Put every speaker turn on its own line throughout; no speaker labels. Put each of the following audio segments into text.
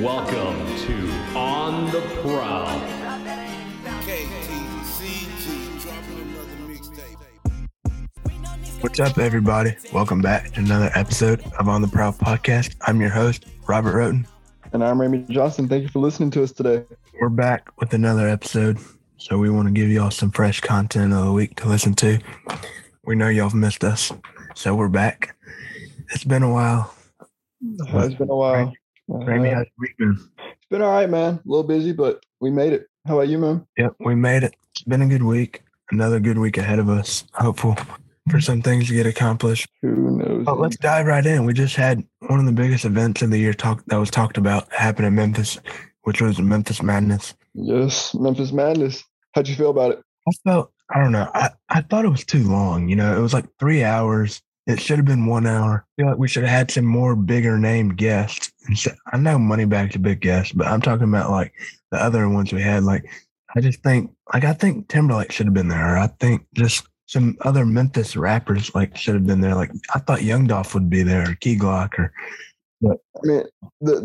Welcome to On the Prowl.
KTCG dropping another mixtape.
What's up, everybody? Welcome back to another episode of On the Proud podcast. I'm your host, Robert Roten.
And I'm Ramy Johnson. Thank you for listening to us today.
We're back with another episode, so we want to give y'all some fresh content of the week to listen to. We know y'all have missed us, so we're back. It's been a while.
It's been a while.
Ramy,
Uh,
how's your week been?
it's been all right, man. A little busy, but we made it. How about you, man?
Yep, we made it. It's been a good week. Another good week ahead of us. Hopeful for some things to get accomplished.
Who knows?
But Oh, let's dive right in. We just had one of the biggest events of the year talk that was talked about happen in Memphis, which was the Memphis Madness.
yes, Memphis Madness. How'd you feel about it?
I felt I don't know. I, I thought it was too long. You know, it was like three hours. It should have been one hour. I feel like we should have had some more bigger named guests. And so- I know Moneyback's a big guest, but I'm talking about like the other ones we had. Like I just think like I think Timberlake should have been there. Or I think just some other Memphis rappers like should have been there. Like I thought Young Dolph would be there or Key Glock or
I mean, the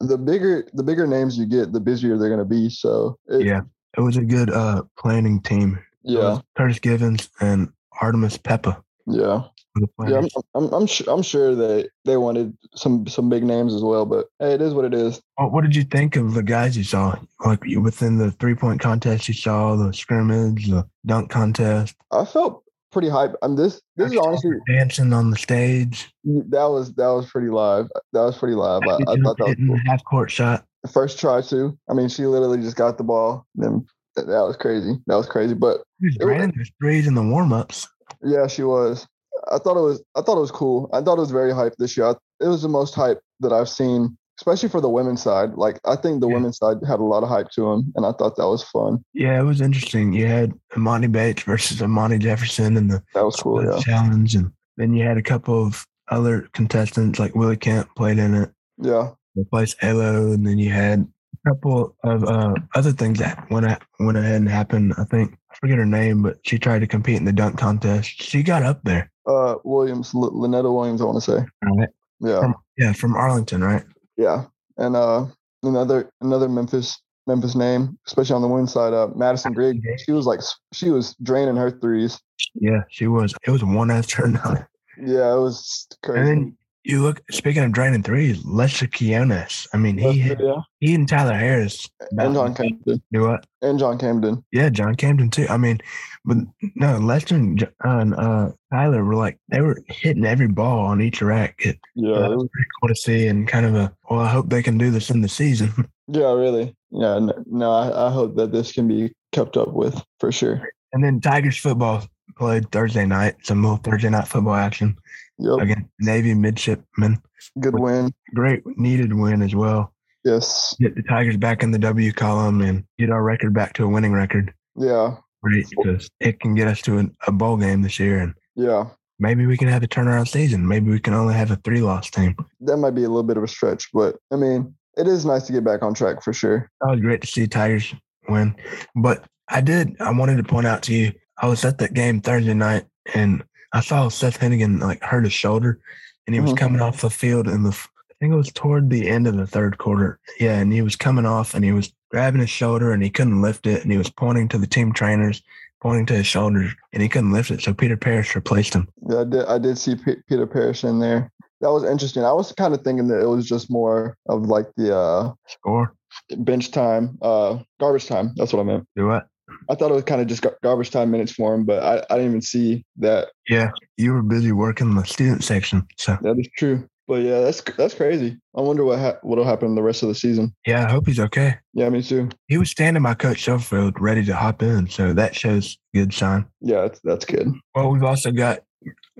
the the bigger the bigger names you get, the busier they're gonna be. So it,
yeah. It was a good uh planning team. It
yeah,
was Curtis Givens and Artemis Peppa.
yeah,
were the
yeah.
planners.
I'm I'm I'm sure, I'm sure that they wanted some some big names as well, but hey, it is what it is.
What, what did you think of the guys you saw? Like you- within the three point contest, you saw the scrimmage, the dunk contest,
I felt pretty hype. I'm this this is honestly
dancing on the stage,
that was that was pretty live. That was pretty live. I, I thought that was
hitting
cool.
the half court shot.
the first try too. I mean, she literally just got the ball. Then that was crazy. That was crazy. But
He was
It was-
ran those threes in the warm ups.
yeah, she was. I thought it was. I thought it was cool. I thought it was very hype this year. I, it was the most hype that I've seen, especially for the women's side. Like I think the
Yeah.
women's side had a lot of hype to them, and I thought that was fun.
Yeah, it was interesting. You had Imani Bates versus Imani Jefferson in the
That was cool.
split
Yeah,
challenge, and then you had a couple of other contestants like Willie Kent played in it,
yeah,
replaced Elo, and then you had a couple of uh, other things that went a- went ahead and happened. I think I forget her name, but she tried to compete in the dunk contest. She got up there.
uh, Williams, L- Lynetta Williams. I want to say.
Right.
Yeah,
Yeah, from Arlington, right?
yeah, and uh, another another Memphis Memphis name, especially on the women's side. Uh, Madison Grigg. She was like s- she was draining her threes.
Yeah, she was. It was one after another.
Yeah, it was crazy.
And then you look. Speaking of draining threes, Lester Quiones. I mean, he
yeah.
had- he and Tyler Harris.
And John
about-
Camden.
Do what?
And John Camden.
Yeah, John Camden too. I mean, but no, Lester and, Jo- and uh, Tyler were like they were hitting every ball on each rack. It,
Yeah.
Yeah.
it was-
cool to see and kind of a well i hope they can do this in the season
yeah, really. Yeah. n- No, I, I hope that this can be kept up with for sure.
and then tigers football played thursday night some little thursday night football action
Yep.
against navy midshipmen
Good win.
great needed win as well
Yes.
get the tigers back in the w column and get our record back to a winning record
Yeah.
right because it can get us to an, a bowl game this year and
Yeah.
maybe we can have a turnaround season maybe we can only have a three loss team
That might be a little bit of a stretch, but I mean, it is nice to get back on track for sure.
That was great to see Tigers win. But I did, I wanted to point out to you, I was at that game Thursday night and I saw Seth Hennigan like hurt his shoulder and he was
Mhm.
coming off the field in the, I think it was toward the end of the third quarter. Yeah. And he was coming off and he was grabbing his shoulder and he couldn't lift it and he was pointing to the team trainers, pointing to his shoulders and he couldn't lift it. So Peter Parrish replaced him.
Yeah, I did. I did see P- Peter Parrish in there. That was interesting. I was kind of thinking that it was just more of like the uh,
Score.
bench time, uh, garbage time. That's what I meant.
Do what?
I thought it was kind of just gar- garbage time minutes for him, but I, I didn't even see that
Yeah. You were busy working the student section. So
That is true. But yeah, that's that's crazy. I wonder what ha- what'll happen the rest of the season.
yeah, I hope he's okay.
Yeah, me too.
He was standing by Coach Shelfield ready to hop in, so that shows good sign.
Yeah, that's, that's good.
Well, we've also got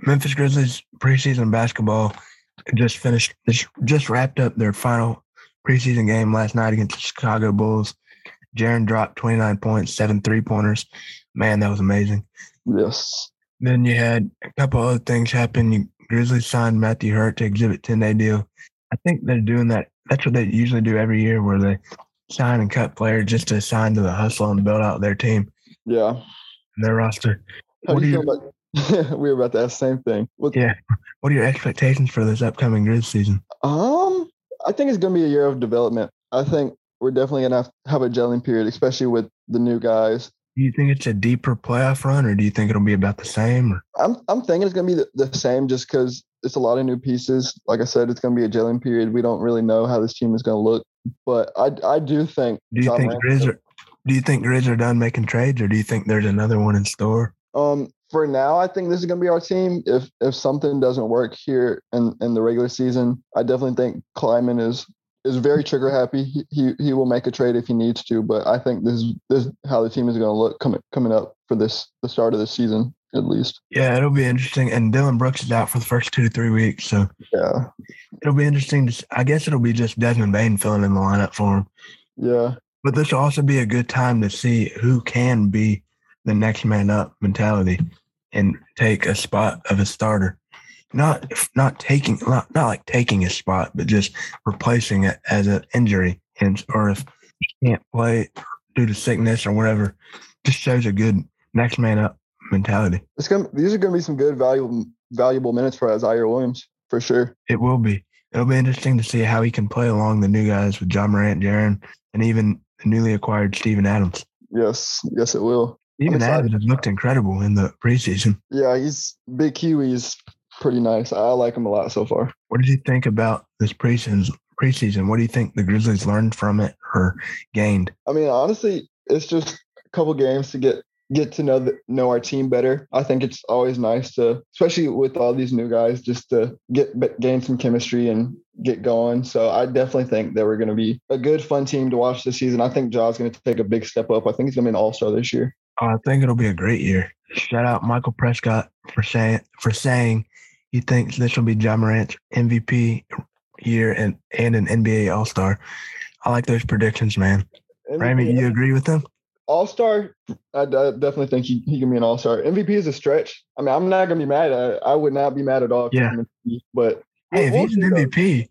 Memphis Grizzlies preseason basketball just finished, just- just wrapped up their final preseason game last night against the Chicago Bulls. Jaron dropped 29 points, seven three pointers. Man, that was amazing.
Yes.
Then you had a couple other things happen. You, Grizzlies signed Matthew Hurt to Exhibit 10 day deal. I think they're doing that. That's what they usually do every year where they sign and cut players just to sign to the hustle and build out their team.
Yeah.
their roster.
How
What
do you
are
feel about? we were about to ask the same thing. What,
Yeah. What are your expectations for this upcoming Grizz season?
Um, I think it's going to be a year of development. I think we're definitely going to have, have a gelling period, especially with the new guys.
Do you think it's a deeper playoff run, or do you think it'll be about the same? Or
I'm I'm thinking it's going to be the, the same just because it's a lot of new pieces. Like I said, it's going to be a gelling period. We don't really know how this team is going to look, but I I do think.
do you
John
think
Lance-
Grizz are, do you think Grizz are done making trades, or do you think there's another one in store?
Um, for now, I think this is going to be our team. If if something doesn't work here in, in the regular season, I definitely think Kleiman is is very trigger happy. He, he he will make a trade if he needs to, but I think this is this is how the team is going to look coming coming up for this the start of the season at least.
Yeah, it'll be interesting. And Dylan Brooks is out for the first two to three weeks, so
Yeah,
it'll be interesting. To, s- I guess it'll be just Desmond Bain filling in the lineup for him.
yeah,
But this will also be a good time to see who can be the next man up mentality and take a spot of a starter. Not not taking not, not like taking a spot, but just replacing it as an injury and or if you can't play due to sickness or whatever, just shows a good next man up mentality.
it's going to these are going to be some good valuable valuable minutes for Isaiah Williams for sure.
It will be. It'll be interesting to see how he can play along the new guys with John Morant, Jaron, and even the newly acquired Steven Adams.
Yes, yes, it will.
Steven
excited.
Adams has looked incredible in the preseason.
Yeah, he's big Kiwi's pretty nice. I like him a lot so far.
What did you think about this preseason? Preseason, what do you think the Grizzlies learned from it or gained?
I mean, honestly, it's just a couple games to get get to know the, know our team better. I think it's always nice to, especially with all these new guys, just to get b- gain some chemistry and get going. So I definitely think that we're going to be a good, fun team to watch this season. I think Jaw's going to take a big step up. I think he's going to be an All Star this year.
Oh, I think it'll be a great year. Shout out Michael Prescott for saying for saying he thinks this will be John Morant's MVP year and and an NBA All Star. I like those predictions, man. Ramey, you agree with them?
All Star, I, d- I definitely think he, he can be an All Star. MVP is a stretch. I mean, I'm not going to be mad. I, I would not be mad at all. if he's
Yeah.
an MVP, but
Hey, if
we'll
he's an
see, though.
MVP,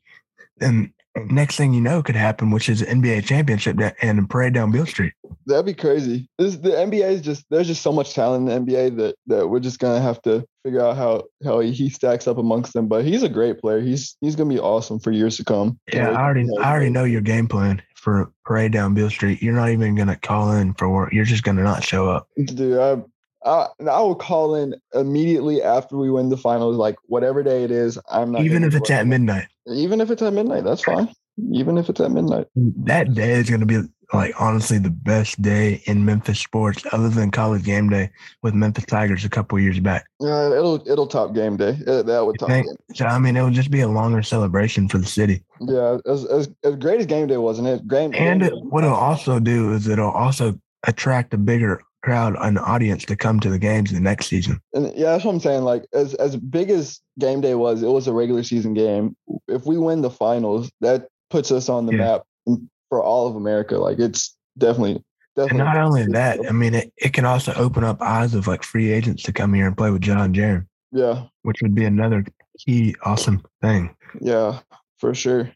then next thing you know could happen, which is an NBA championship da- and a parade down Beale Street.
That'd be crazy. This the NBA is just there's just so much talent in the NBA that that we're just gonna have to figure out how how he, he stacks up amongst them. But he's a great player. He's he's gonna be awesome for years to come.
Yeah, I already, I already know your game plan for parade down Bill Street. You're not even gonna call in for work. You're just gonna not show up.
dude. I, I I will call in immediately after we win the finals. Like whatever day it is, I'm not
even
gonna
if
be
it's at
working.
midnight,
even if it's at midnight, that's fine. Even if it's at midnight,
that day is gonna be like honestly the best day in Memphis sports, other than college game day with Memphis Tigers a couple years back.
yeah, Uh, it'll it'll top game day. Uh, that would
You
top.
think?
Game.
So I mean, it'll just be a longer celebration for the city.
Yeah, as, as as great as game day wasn't it? Game
And
game
it,
day-
what it'll also do is it'll also attract a bigger crowd and audience to come to the games the next season.
And yeah, that's what I'm saying. Like as as big as game day was, it was a regular season game. If we win the finals, that puts us on the
Yeah.
map for all of America. Like it's definitely
And
definitely
not only that, I mean, it, it can also open up eyes of like free agents to come here and play with John Jaron.
yeah,
which would be another key awesome thing.
yeah, for sure.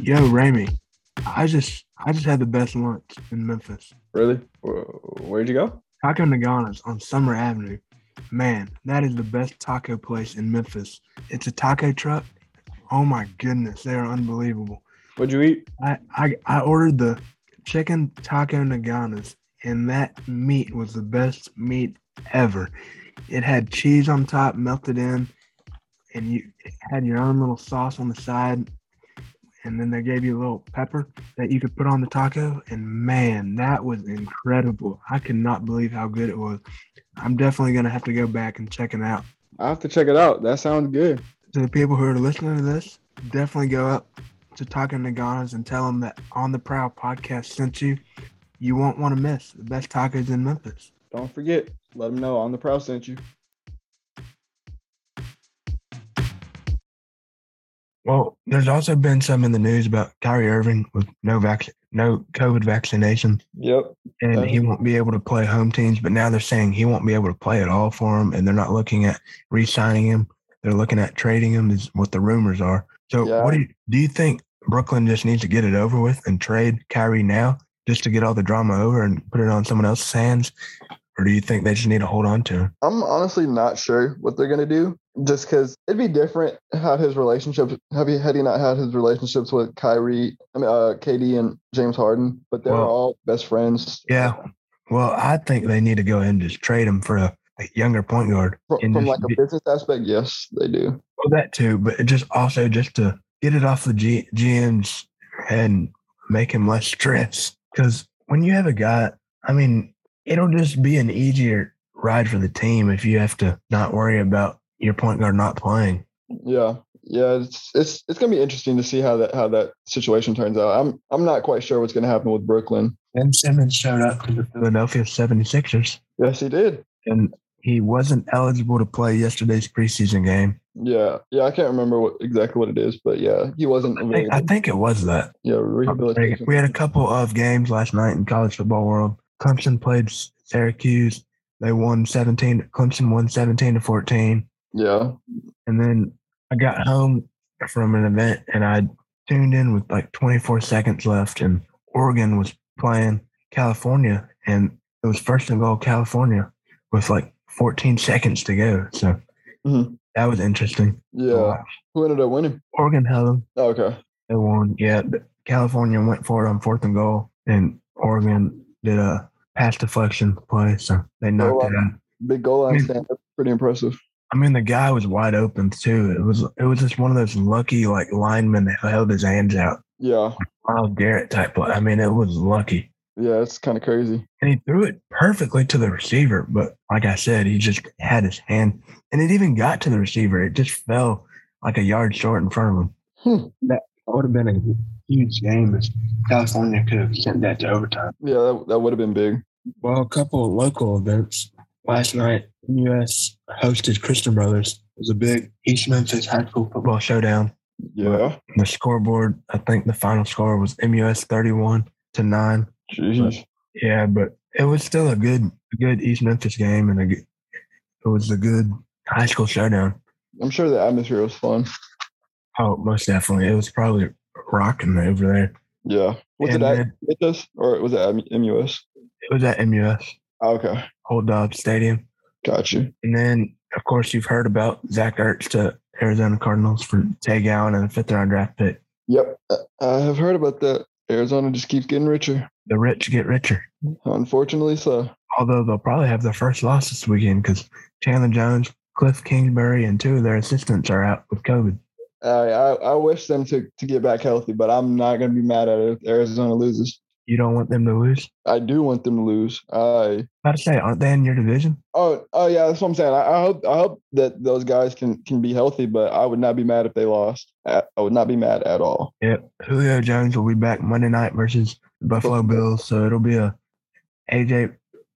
Yo, Ramey, I just I just had the best lunch in Memphis.
Really? Where'd you go?
Taco Nagana's on Summer Avenue. Man, that is the best taco place in Memphis. It's a taco truck. Oh my goodness, they are unbelievable.
What'd you eat?
I I, I ordered the chicken taco Nagana's, and that meat was the best meat ever. It had cheese on top, melted in, and you it had your own little sauce on the side. And then they gave you a little pepper that you could put on the taco. And man, that was incredible. I could not believe how good it was. I'm definitely going to have to go back and check it out.
I have to check it out. That sounds good.
To the people who are listening to this, definitely go up to Taco Naganas and tell them that On the Prowl podcast sent you. You won't want to miss the best tacos in Memphis.
Don't forget. Let them know on the prowl sent you.
Well, there's also been some in the news about Kyrie Irving with no vac- no COVID vaccination,
Yep.
and he
Uh-huh.
won't be able to play home teams. But now they're saying he won't be able to play at all for them, and they're not looking at re-signing him. They're looking at trading him. Is what the rumors are. So,
Yeah.
what do you, do you think? Brooklyn just needs to get it over with and trade Kyrie now, just to get all the drama over and put it on someone else's hands, or do you think they just need to hold on to him?
I'm honestly not sure what they're gonna do. just because it'd be different had his relationship have he had he not had his relationships with Kyrie, I mean, uh, KD and James Harden, but they're
Well-
all best friends.
Yeah. Well, I think they need to go ahead and just trade him for a, a younger point guard.
From,
And
from
just
like a
be-
business aspect, yes, they do.
well, that too, but it just also just to get it off the G- GM's head and make him less stressed. Because when you have a guy, I mean, it'll just be an easier ride for the team if you have to not worry about your point guard not playing.
Yeah, yeah. It's it's it's gonna be interesting to see how that how that situation turns out. I'm I'm not quite sure what's gonna happen with Brooklyn.
Ben Simmons showed up to the Philadelphia 76ers,
Yes, he did.
and he wasn't eligible to play yesterday's preseason game.
Yeah, yeah. I can't remember what, exactly what it is, but yeah, he wasn't.
I think, I
available.
think it was that.
yeah, rehabilitation.
We had a couple of games last night in college football world. Clemson played Syracuse. They won 17. Clemson won 17 to 14.
Yeah,
And then I got home from an event and I tuned in with like 24 seconds left and Oregon was playing California and it was first and goal California with like 14 seconds to go. So
Mhm.
that was interesting.
yeah. Who ended up winning?
Oregon held them.
Oh, Okay.
They won. Yeah. but California went for it on fourth and goal and Oregon did a pass deflection play. So
Oh,
they knocked it
wow.
out.
Big goal line
Hmm.
stand up, pretty impressive.
I mean, the guy was wide open too. It was it was just one of those lucky like linemen that held his hands out,
Yeah,
Miles Garrett type. play. I mean, it was lucky,
yeah, it's kind of crazy.
and he threw it perfectly to the receiver. But like I said, he just had his hand, and it even got to the receiver. It just fell like a yard short in front of him.
Hmm. That would have been a huge game if California could have sent that to overtime.
Yeah, that, that would have been big.
Well, a couple of local events last night. U.S. hosted Christian Brothers. It was a big East Memphis high school football.
Football showdown.
Yeah,
The scoreboard. I think the final score was MUS thirty-one to nine.
jeez.
Yeah, but it was still a good, a good East Memphis game, and a good, it was a good high school showdown.
I'm sure the atmosphere was fun.
Oh, most definitely, it was probably rocking over there.
Yeah, was
And
it at
then-
MUS or was it at MUS?
It was at MUS
Okay,
Old Dobbs Stadium,
got you.
and then of course you've heard about Zach Ertz to Arizona Cardinals for Tay Gowan and a fifth-round draft pick.
Yep, I- I have heard about that. Arizona just keeps getting richer.
The rich get richer.
Unfortunately, so
Although they'll probably have their first loss this weekend because Chandler Jones, Cliff Kingsbury, and two of their assistants are out with COVID.
I, I I wish them to to get back healthy, but I'm not gonna be mad at it if Arizona loses.
You don't want them to lose.
I do want them to lose. I
I was about to say, aren't they in your division?
oh oh yeah, that's what I'm saying. I, I hope I hope that those guys can can be healthy, but I would not be mad if they lost. I, I would not be mad at all.
Yep. Julio Jones will be back Monday night versus the Buffalo Bills. So it'll be a AJ,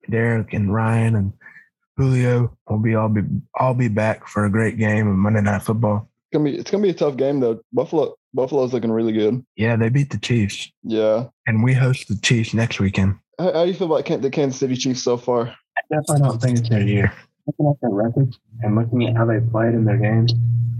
Derek, and Ryan and Julio will be all be all be back for a great game of Monday night football.
It's gonna be it's gonna be a tough game though. Buffalo Buffalo's looking really good.
Yeah, they beat the Chiefs.
Yeah.
And we host the Chiefs next weekend.
How, how you feel about Can- the Kansas City Chiefs so far?
I definitely don't think it's their year. Looking at their records and looking at how they played in their games,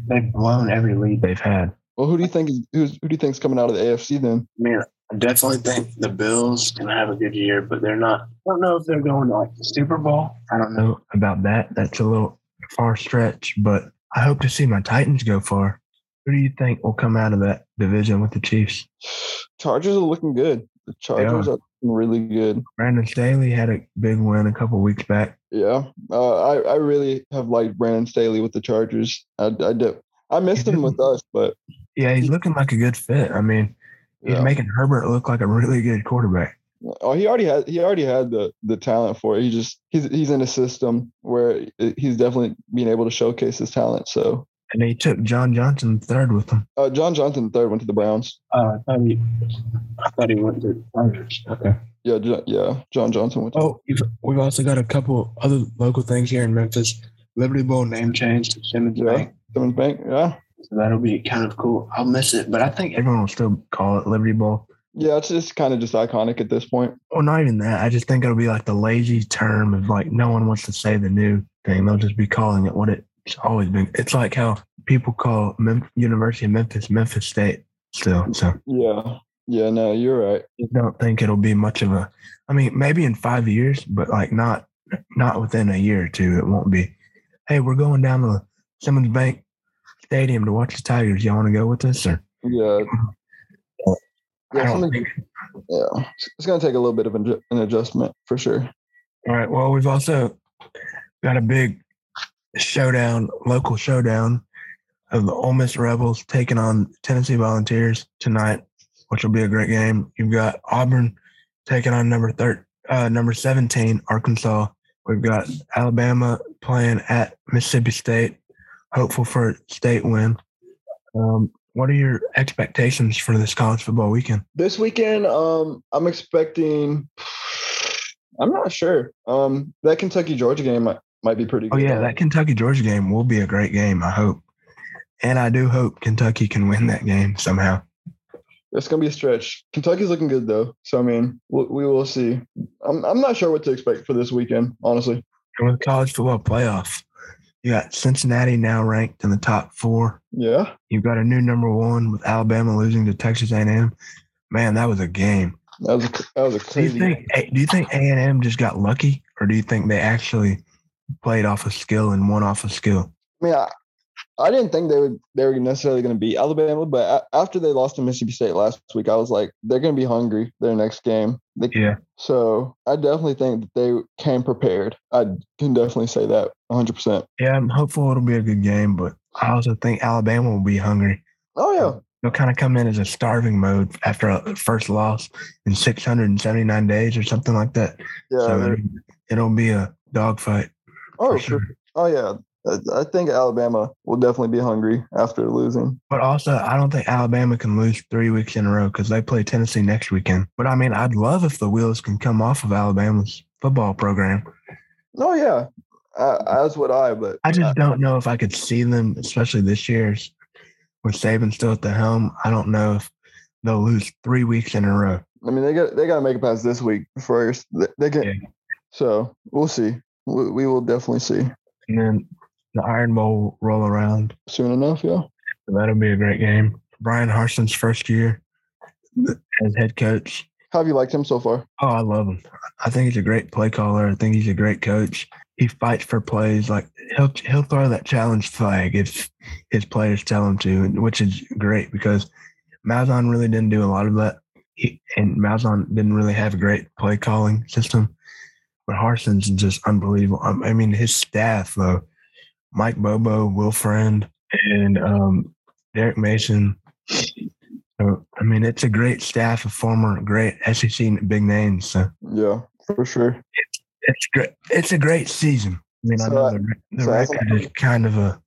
they've blown every lead. I
They've had.
Well, who do you think is who's, who do you think's coming out of the AFC then?
mean, I definitely think the Bills can have a good year, but they're not. I don't know if they're going to like the Super Bowl. I don't know.
So about that, that's a little far stretch, but I hope to see my Titans go far. Who do you think will come out of that division with the Chiefs?
Chargers are looking good. The Chargers are looking really good.
Brandon Staley had a big win a couple weeks back.
Yeah, uh, I I really have liked Brandon Staley with the Chargers. I I, do. I missed him with us, but
Yeah, he's looking like a good fit. I mean, He's
yeah.
making Herbert look like a really good quarterback.
oh, he already had he already had the the talent for it. He just he's he's in a system where he's definitely being able to showcase his talent. So
And he took John Johnson third with him.
uh, John Johnson third went to the Browns.
Uh, I thought he, I thought he went to the Chargers. Okay.
Yeah, Jo- yeah, John Johnson went. To,
Oh, we've, we've also got a couple other local things here in Memphis. Liberty Bowl name change to Simmons
Yeah.
Bank,
Simmons Bank. Yeah,
so that'll be kind of cool. I'll miss it, but I think
Everyone will still call it Liberty Bowl.
yeah, it's just kind of just iconic at this point.
Well, not even that. I just think it'll be like the lazy term of like no one wants to say the new thing. They'll just be calling it what it's always been. It's like how people call Mem- University of Memphis Memphis State still. So
Yeah, yeah. No, you're right.
I don't think it'll be much of a. I mean, maybe in five years, but like not not within a year or two. It won't be. Hey, we're going down to Simmons Bank Stadium to watch the Tigers. Y'all want to go with us? Or
Yeah.
I
Yeah,
don't
something-
think.
yeah. It's going to take a little bit of an adju- an adjustment for sure.
All right. Well, we've also got a big showdown, local showdown of the Ole Miss Rebels taking on Tennessee Volunteers tonight, which will be a great game. You've got Auburn taking on number thir- uh, number seventeen Arkansas. We've got Alabama playing at Mississippi State, hopeful for a state win. Um, what are your expectations for this college football weekend?
This weekend, um, I'm expecting. I'm not sure. Um, that Kentucky Georgia game might, might be pretty.
Oh
good.
yeah, that Kentucky Georgia game will be a great game. I hope, and I do hope Kentucky can win that game somehow.
It's gonna be a stretch. Kentucky's looking good though, so I mean, we, we will see. I'm I'm not sure what to expect for this weekend, honestly.
And with college football playoff, you got Cincinnati now ranked in the top four.
Yeah,
You've got a new number one with Alabama losing to Texas A&M. Man, that was a game.
that was a, that was a
Do you
crazy.
think do you think A&M just got lucky, or do you think they actually played off of skill and won off of skill?
I mean, I, I didn't think they would they were necessarily going to beat Alabama, but a, after they lost to Mississippi State last week, I was like, they're going to be hungry their next game. They,
Yeah.
So I definitely think that they came prepared. I can definitely say that 100. percent
Yeah, I'm hopeful it'll be a good game, but I also think Alabama will be hungry.
Oh yeah,
they'll kind of come in as a starving mode after a first loss in 679 days or something like that.
yeah.
so
they're-
it'll, it'll be a dogfight.
oh,
for
sure. oh yeah. I- I think Alabama will definitely be hungry after losing.
But also, I don't think Alabama can lose three weeks in a row because they play Tennessee next weekend. But I mean, I'd love if the wheels can come off of Alabama's football program.
Oh yeah, I, as would I. But
I just don't know if I could see them, especially this year's with Saban still at the helm. I don't know if they'll lose three weeks in a row.
I mean, they got they got to make it past this week first. They, they can.
Yeah.
So we'll see. We, we will definitely see
And then the Iron Bowl roll around.
soon enough. Yeah.
So that'll be a great game. Brian Harson's first year as head coach.
How have you liked him so far?
Oh, I love him. I think he's a great play caller. I think he's a great coach. He fights for plays. Like he'll he'll throw that challenge flag if his players tell him to, and- which is great because Malzahn really didn't do a lot of that. He, and Malzahn didn't really have a great play calling system. But Harson's just unbelievable. Um, I, I mean, his staff though, Mike Bobo, Will Friend, and um, Derek Mason. So, I mean, it's a great staff of former great SEC big names. So
Yeah, for sure.
it's great. It's a great season. I mean, I
So,
know
uh,
the, re- the
so I think-
record is kind of a.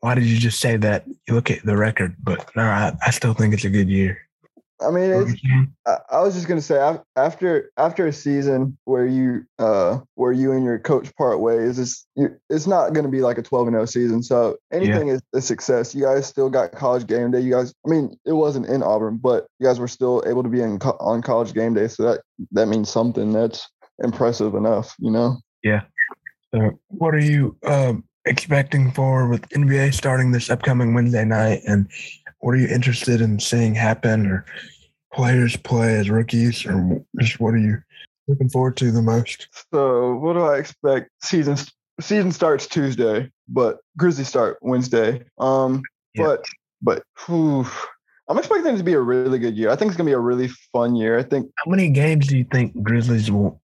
Why did you just say that? You look at the record, but no, I, I still think it's a good year.
I mean, it's,
Mhm.
I, I was just gonna say af- after after a season where you uh where you and your coach part ways, it's you, it's not gonna be like a twelve and zero season. So anything is a success. You guys still got college game day. You guys, I mean, it wasn't in Auburn, but you guys were still able to be in co- on college game day. So that that means something. That's impressive enough, you know.
So, what are you um, expecting for with NBA starting this upcoming Wednesday night, and what are you interested in seeing happen, or players play as rookies, or just what are you looking forward to the most?
So what do I expect? Season season starts Tuesday, but Grizzlies start Wednesday. Um,
Yeah.
but but whew, I'm expecting it to be a really good year. I think it's gonna be a really fun year. I think
How many games do you think Grizzlies will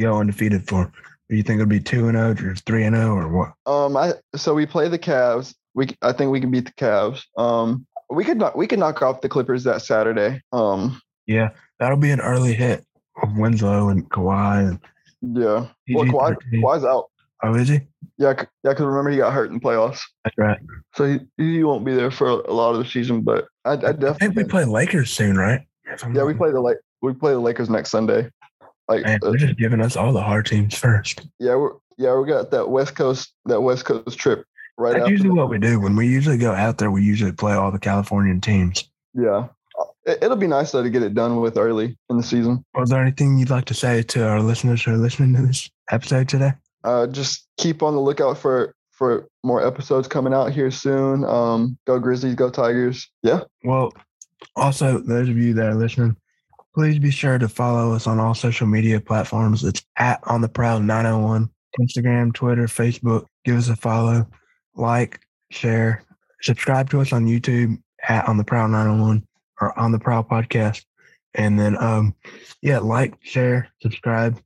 go undefeated for? Do you think it'll be two and zero or three and zero or what?
um I so we play the Cavs. We c- I think we can beat the Cavs. Um, we could not we could knock off the Clippers that Saturday. Um,
Yeah, that'll be an early hit of Winslow and Kawhi. And,
yeah. Well, Kawhi,
PG-13.
Kawhi's out.
oh, is he?
Yeah, c- yeah. Because remember he got hurt in playoffs,
That's right.
so he, he won't be there for a lot of the season. But I, I definitely
I think we play Lakers soon, right? If I'm
Yeah,
not-
we play the Lake. We play the Lakers next Sunday. Like,
Man,
uh,
they're just giving us all the hard teams first.
yeah, we're yeah, we got that West Coast that West Coast trip right
That's
after.
usually what we do. When we usually go out there, we usually play all the Californian teams.
Yeah, Uh, it, will be nice though to get it done with early in the season.
Was there anything you'd like to say to our listeners who are listening to this episode today?
Uh, just keep on the lookout for for more episodes coming out here soon. Um, go Grizzlies, go Tigers. Yeah,
Well, also, those of you that are listening, please be sure to follow us on all social media oh platforms. It's at On the Proud 901, Instagram, Twitter, Facebook. Give us a follow. like, share, subscribe to us on YouTube at On the Prowl 901 or On the Prowl Podcast. And then, um, yeah, like, share, subscribe,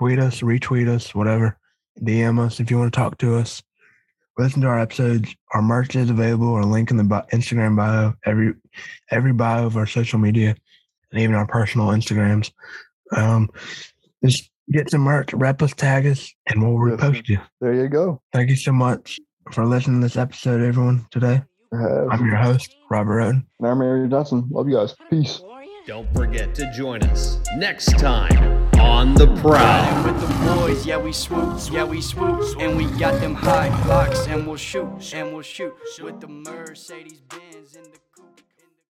tweet us, retweet us, whatever. DM us if you want to talk to us. Listen to our episodes. Our merch is available. Our link in the bi- Instagram bio, every every bio of our social media, and even our personal Instagrams. Um, just get some merch, rep us, tag us, and we'll
Yes, sir.
repost you.
There you go.
Thank you so much for listening to this episode, everyone. Today,
Uh,
I'm your host, Robert Oden.
and I'm Aaron Johnson. Love you guys. Peace.
Don't forget to join us next time on The Prowl.
With the boys, yeah we swoop, yeah we swoop, and we got them high blocks, and we'll shoot, and we'll shoot with the Mercedes Benz in the.